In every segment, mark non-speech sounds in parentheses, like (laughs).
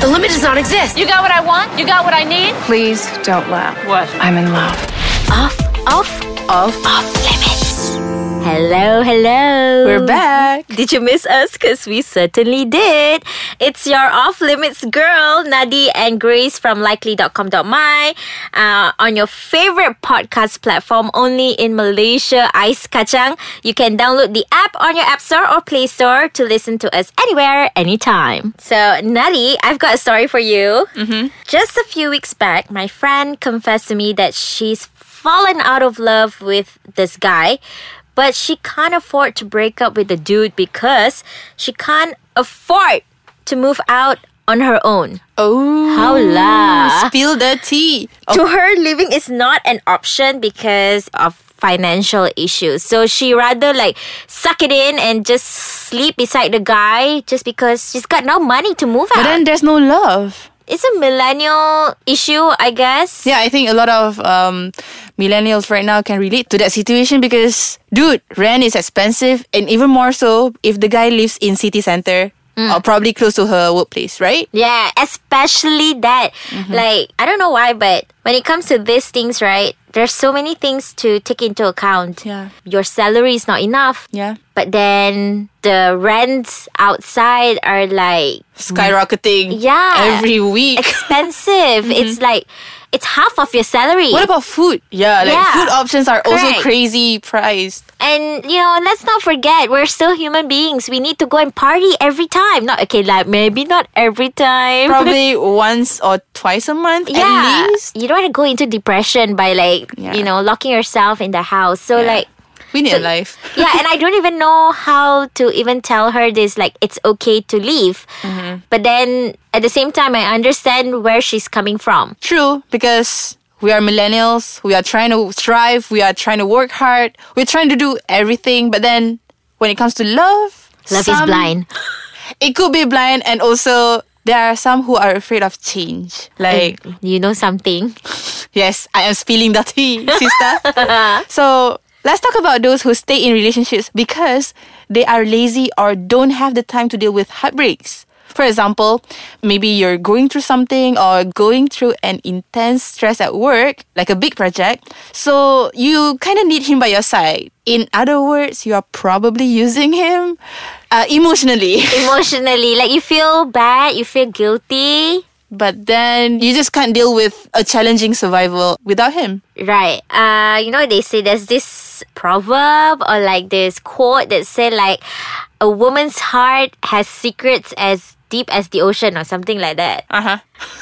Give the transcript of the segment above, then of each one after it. The limit does not exist. You got what I want? You got what I need? Please don't laugh. What? I'm in love. Off, off, off, off limits. Hello, hello. We're back. Did you miss us? Because we certainly did. It's your off limits girl, Nadi and Grace from likely.com.my uh, on your favorite podcast platform, only in Malaysia, Ice Kacang. You can download the app on your App Store or Play Store to listen to us anywhere, anytime. So, Nadi, I've got a story for you. Mm-hmm. Just a few weeks back, my friend confessed to me that she's fallen out of love with this guy but she can't afford to break up with the dude because she can't afford to move out on her own. Oh. How lah. Spill the tea. Oh. To her, living is not an option because of financial issues. So she rather like suck it in and just sleep beside the guy just because she's got no money to move But out. then there's no love. it's a millennial issue, I guess. Yeah, I think a lot of um, millennials right now can relate to that situation because, dude, rent is expensive, and even more so if the guy lives in city center Mm. or probably close to her workplace, right? Yeah, especially that. Mm-hmm. Like, I don't know why, but when it comes to these things, right? There's so many things to take into account. Yeah. Your salary is not enough. Yeah. But then the rents outside (laughs) are like Skyrocketing. Yeah. Every week. expensive. It's like it's half of your salary. Mm-hmm. What about food? Yeah, like Yeah. food options are also Correct. crazy priced. and you know, let's not forget we're still human beings. We need to go and party every time. Not okay, like maybe not every time. Probably once or twice a month yeah, at least. you don't want to go into depression by like Yeah. you know locking yourself in the house. So like We need a life. yeah, and I don't even know how to even tell her this. Like, it's okay to leave. Mm-hmm. But then at the same time, I understand where she's coming from. True, because we are millennials. We are trying to strive. We are trying to work hard. We're trying to do everything. But then when it comes to love, Love some- is blind. It could be blind. And also, there are some who are afraid of change. Like, You know something? (laughs) yes, I am spilling the tea, sister. so let's talk about those who stay in relationships because they are lazy or don't have the time to deal with heartbreaks. For example, maybe you're going through something or going through an intense stress at work, like a big project. So you kind of need him by your side. In other words, you are probably using him uh, emotionally. (laughs) Emotionally, like you feel bad, you feel guilty. but then you just can't deal with a challenging survival without him. Right. Uh, you know, they say there's this proverb or like this quote that said like a woman's heart has secrets as deep as the ocean or something like that. Uh huh.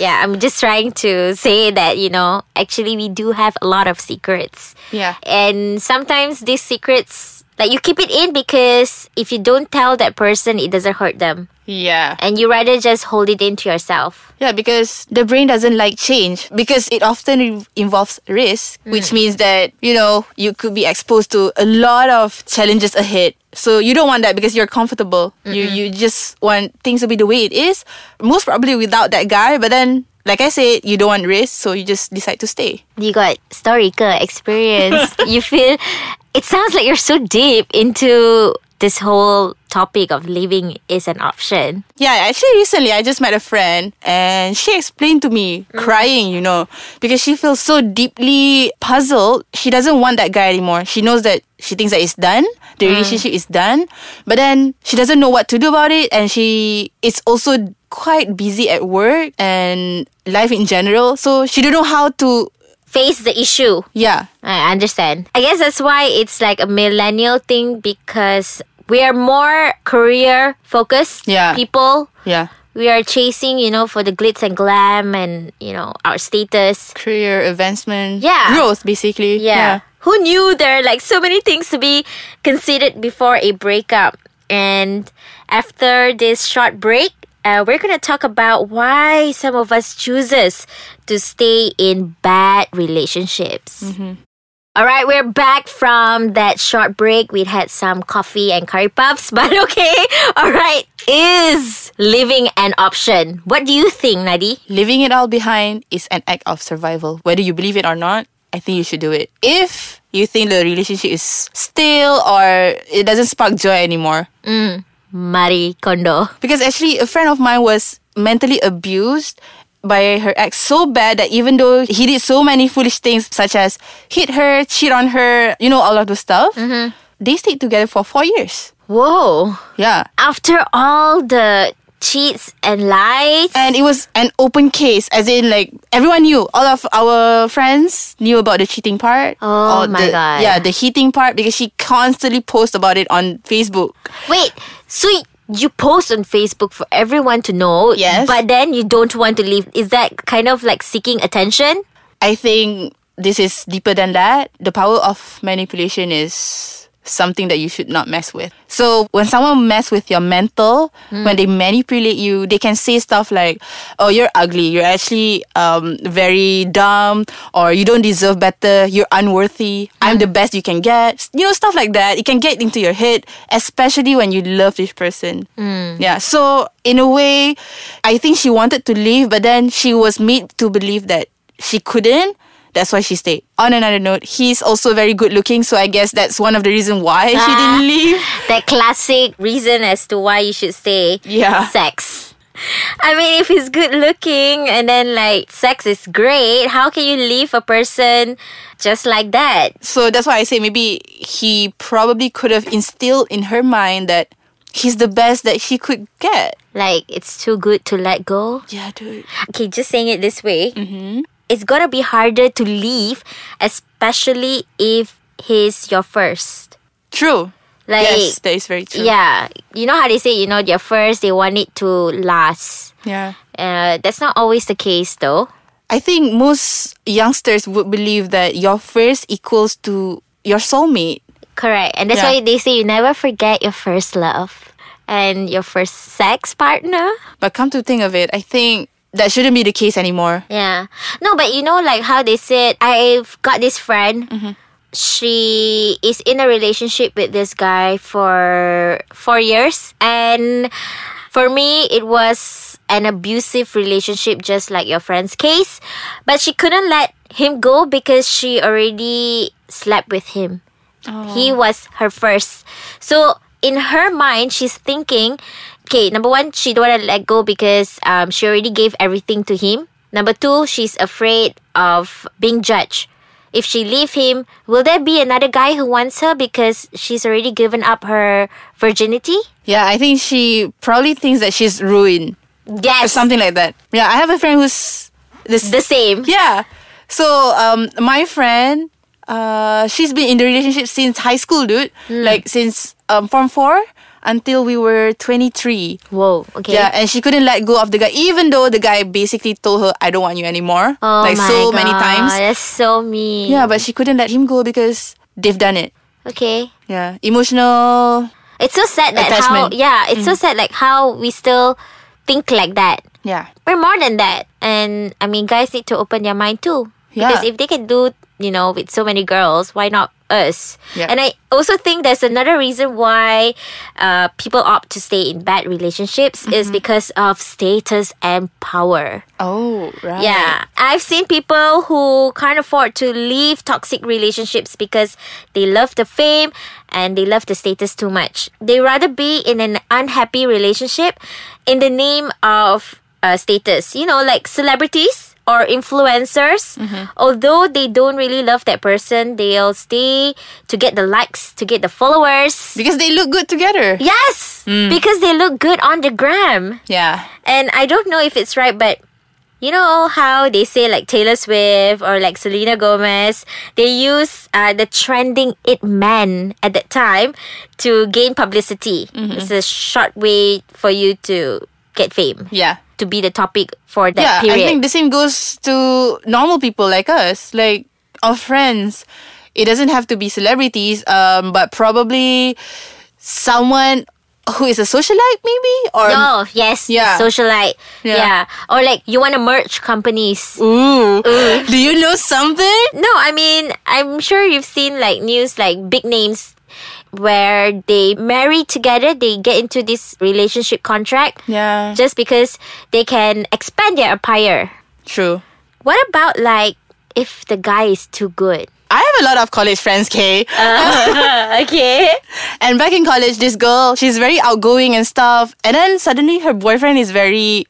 Yeah, I'm just trying to say that, you know, actually we do have a lot of secrets. Yeah. And sometimes these secrets like you keep it in because if you don't tell that person it doesn't hurt them. Yeah. And you rather just hold it in to yourself. Yeah, because the brain doesn't like change because it often re- involves risk, which means that, you know, you could be exposed to a lot of challenges ahead. So you don't want that because you're comfortable. You you just want things to be the way it is, most probably without that guy, but then like I said, you don't want risk, so you just decide to stay. You got story ke, experience. you feel it sounds like you're so deep into this whole topic of living is an option. Yeah, actually recently I just met a friend and she explained to me Mm. crying, you know, because she feels so deeply puzzled. She doesn't want that guy anymore. She knows that she thinks that it's done, the Mm. relationship is done, but then she doesn't know what to do about it and she is also quite busy at work and life in general. So she don't know how to Face the issue. yeah. I understand. I guess that's why it's like a millennial thing because we are more career focused Yeah. people. Yeah. We are chasing, you know, for the glitz and glam and, you know, our status. Career advancement. Yeah. Growth basically. Yeah. Who knew there are like so many things to be considered before a breakup? And after this short break, uh, we're going to talk about why some of us chooses to stay in bad relationships. All right, we're back from that short break. We'd had some coffee and curry puffs, (laughs) but okay. All right, is living an option? What do you think, Nadi? Leaving it all behind is an act of survival. Whether you believe it or not, I think you should do it. If you think the relationship is stale or it doesn't spark joy anymore. Marie Kondo. Because actually, a friend of mine was mentally abused by her ex so bad that even though he did so many foolish things such as hit her, cheat on her, you know, all of those stuff, they stayed together for four years. Whoa. Yeah. After all the cheats and lies. And it was an open case, as in like everyone knew. All of our friends knew about the cheating part. Oh or my the- God. Yeah, the hitting part because she constantly posts about it on Facebook. Wait, so y- you post on Facebook for everyone to know. Yes. But then you don't want to leave. Is that kind of like seeking attention? I think this is deeper than that. The power of manipulation is something that you should not mess with. So when someone mess with your mental, when they manipulate you, they can say stuff like, "Oh, you're ugly. You're actually um, very dumb, or you don't deserve better. You're unworthy. I'm the best you can get." You know, stuff like that. It can get into your head, especially when you love this person. Yeah. So in a way, I think she wanted to leave, but then she was made to believe that she couldn't. That's why she stayed. On another note, he's also very good looking, so I guess that's one of the reason why she didn't leave. That classic reason as to why you should stay. Yeah. Sex. I mean, if he's good looking and then like sex is great, how can you leave a person just like that? So that's why I say maybe he probably could have instilled in her mind that he's the best that she could get. Like, it's too good to let go? Yeah, dude. okay, just saying it this way, Mm-hmm. it's gonna be harder to leave, especially if he's your first. True. Like, yes, that is very true. yeah, you know how they say, you know, they're first, they want it to last. Yeah. Uh, that's not always the case, though. I think most youngsters would believe that your first equals to your soulmate. Correct, and that's Yeah. why they say you never forget your first love and your first sex partner. But come to think of it, I think that shouldn't be the case anymore. Yeah. No, but you know, like how they said, I've got this friend. She is in a relationship with this guy for four years. And for me, it was an abusive relationship, just like your friend's case. But she couldn't let him go because she already slept with him. He was her first. So in her mind, she's thinking, okay, number one, she don't want to let go because um, she already gave everything to him. Number two, she's afraid of being judged. If she leave him, will there be another guy who wants her because she's already given up her virginity? Yeah, I think she probably thinks that she's ruined. or Yes, something like that. Yeah, I have a friend who's this. the same. yeah, so um, my friend, uh, she's been in the relationship since high school, dude. Like since um form four until we were twenty three. Whoa. Okay. Yeah, and she couldn't let go of the guy, even though the guy basically told her, "I don't want you anymore," Oh like my so many God, times. That's so mean. Yeah, but she couldn't let him go because they've done it. Okay. Yeah, emotional. It's so sad that Attachment. Mm. how yeah, it's so sad like how we still think like that. Yeah, we're more than that. And I mean, guys need to open their mind too. Yeah. Because if they can do, you know, with so many girls, why not us? Yeah. And I also think there's another reason why uh, people opt to stay in bad relationships is Mm-hmm. because of status and power. Oh, right. Yeah. I've seen people who can't afford to leave toxic relationships because they love the fame and they love the status too much. They rather be in an unhappy relationship in the name of uh, status. You know, like celebrities or influencers, although they don't really love that person, they'll stay to get the likes, to get the followers. Because they look good together. Yes, because they look good on the gram. Yeah. And I don't know if it's right, but you know how they say like Taylor Swift or like Selena Gomez, they use uh, the trending it man at that time to gain publicity. Mm-hmm. It's a short way for you to get fame, Yeah. to be the topic for that yeah, period. I think the same goes to normal people like us, like our friends. It doesn't have to be celebrities, um, but probably someone who is a socialite, maybe or no, Oh, yes, um, Yeah. socialite, Yeah. yeah, or like you want to merge companies. ooh, do you know something? No, I mean, I'm sure you've seen like news like big names where they marry together, they get into this relationship contract Yeah, just because they can expand their empire. true. What about like if the guy is too good? I have a lot of college friends, Kay. okay. And back in college, this girl, she's very outgoing and stuff. And then suddenly her boyfriend is very.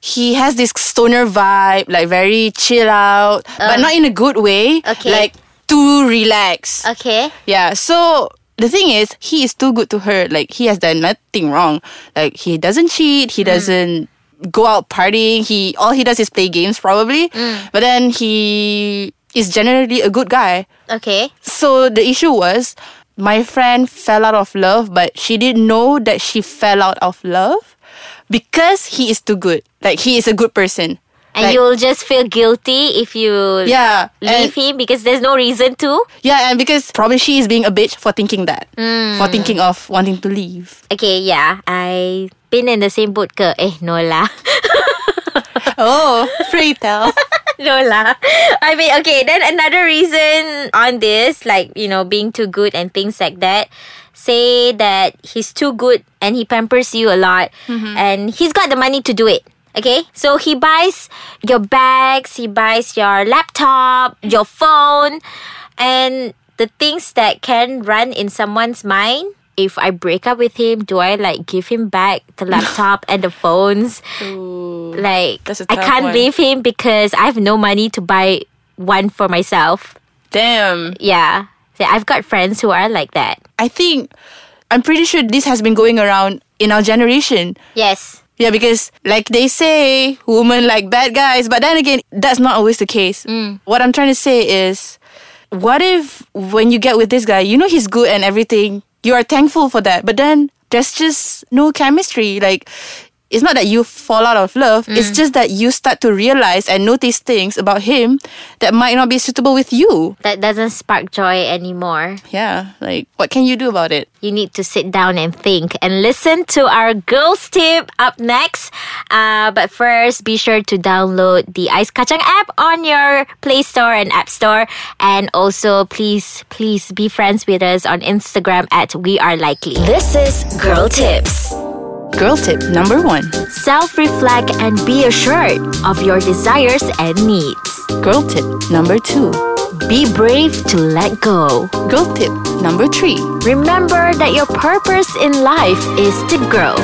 He has this stoner vibe, like very chill out, but not in a good way. Uh. Okay. Like too relaxed. Okay. Yeah. So the thing is, he is too good to her. Like he has done nothing wrong. Like he doesn't cheat. Mm. He doesn't go out partying. He all he does is play games probably. Mm. But then he is generally a good guy. Okay. So the issue was my friend fell out of love, but she didn't know that she fell out of love because he is too good. Like he is a good person. And Like, you'll just feel guilty if you yeah and- leave him because there's no reason to. Yeah, and because probably she is being a bitch for thinking that. For thinking of wanting to leave. Okay, yeah. I been in the same boat ke? Eh, no lah. (laughs) (laughs) Oh, free tell. (laughs) no lah. I mean, okay, then another reason on this, like, you know, being too good and things like that, say that he's too good and he pampers you a lot and he's got the money to do it. Okay, so he buys your bags, he buys your laptop, your phone, and the things that can run in someone's mind. If I break up with him, do I like give him back the laptop and the phones? like That's a I tough can't one. leave him because I have no money to buy one for myself. Damn. Yeah. So I've got friends who are like that. I think I'm pretty sure this has been going around in our generation. Yes. Yeah, because like they say, women like bad guys, but then again, that's not always the case. What I'm trying to say is, what if when you get with this guy, you know he's good and everything, you are thankful for that, but then there's just no chemistry. Like, it's not that you fall out of love, it's just that you start to realize and notice things about him that might not be suitable with you. That doesn't spark joy anymore. Yeah, like, what can you do about it? You need to sit down and think and listen to our girls tip up next. Uh, but first, be sure to download the Ice Kacang app on your Play Store and App Store. And also, please, please be friends with us on Instagram at We Are Likely. This is Girl Tips. Girl tip number one Self reflect and be assured of your desires and needs. Girl tip number two. Be brave to let go. Girl tip number three. Remember that your purpose in life is to grow.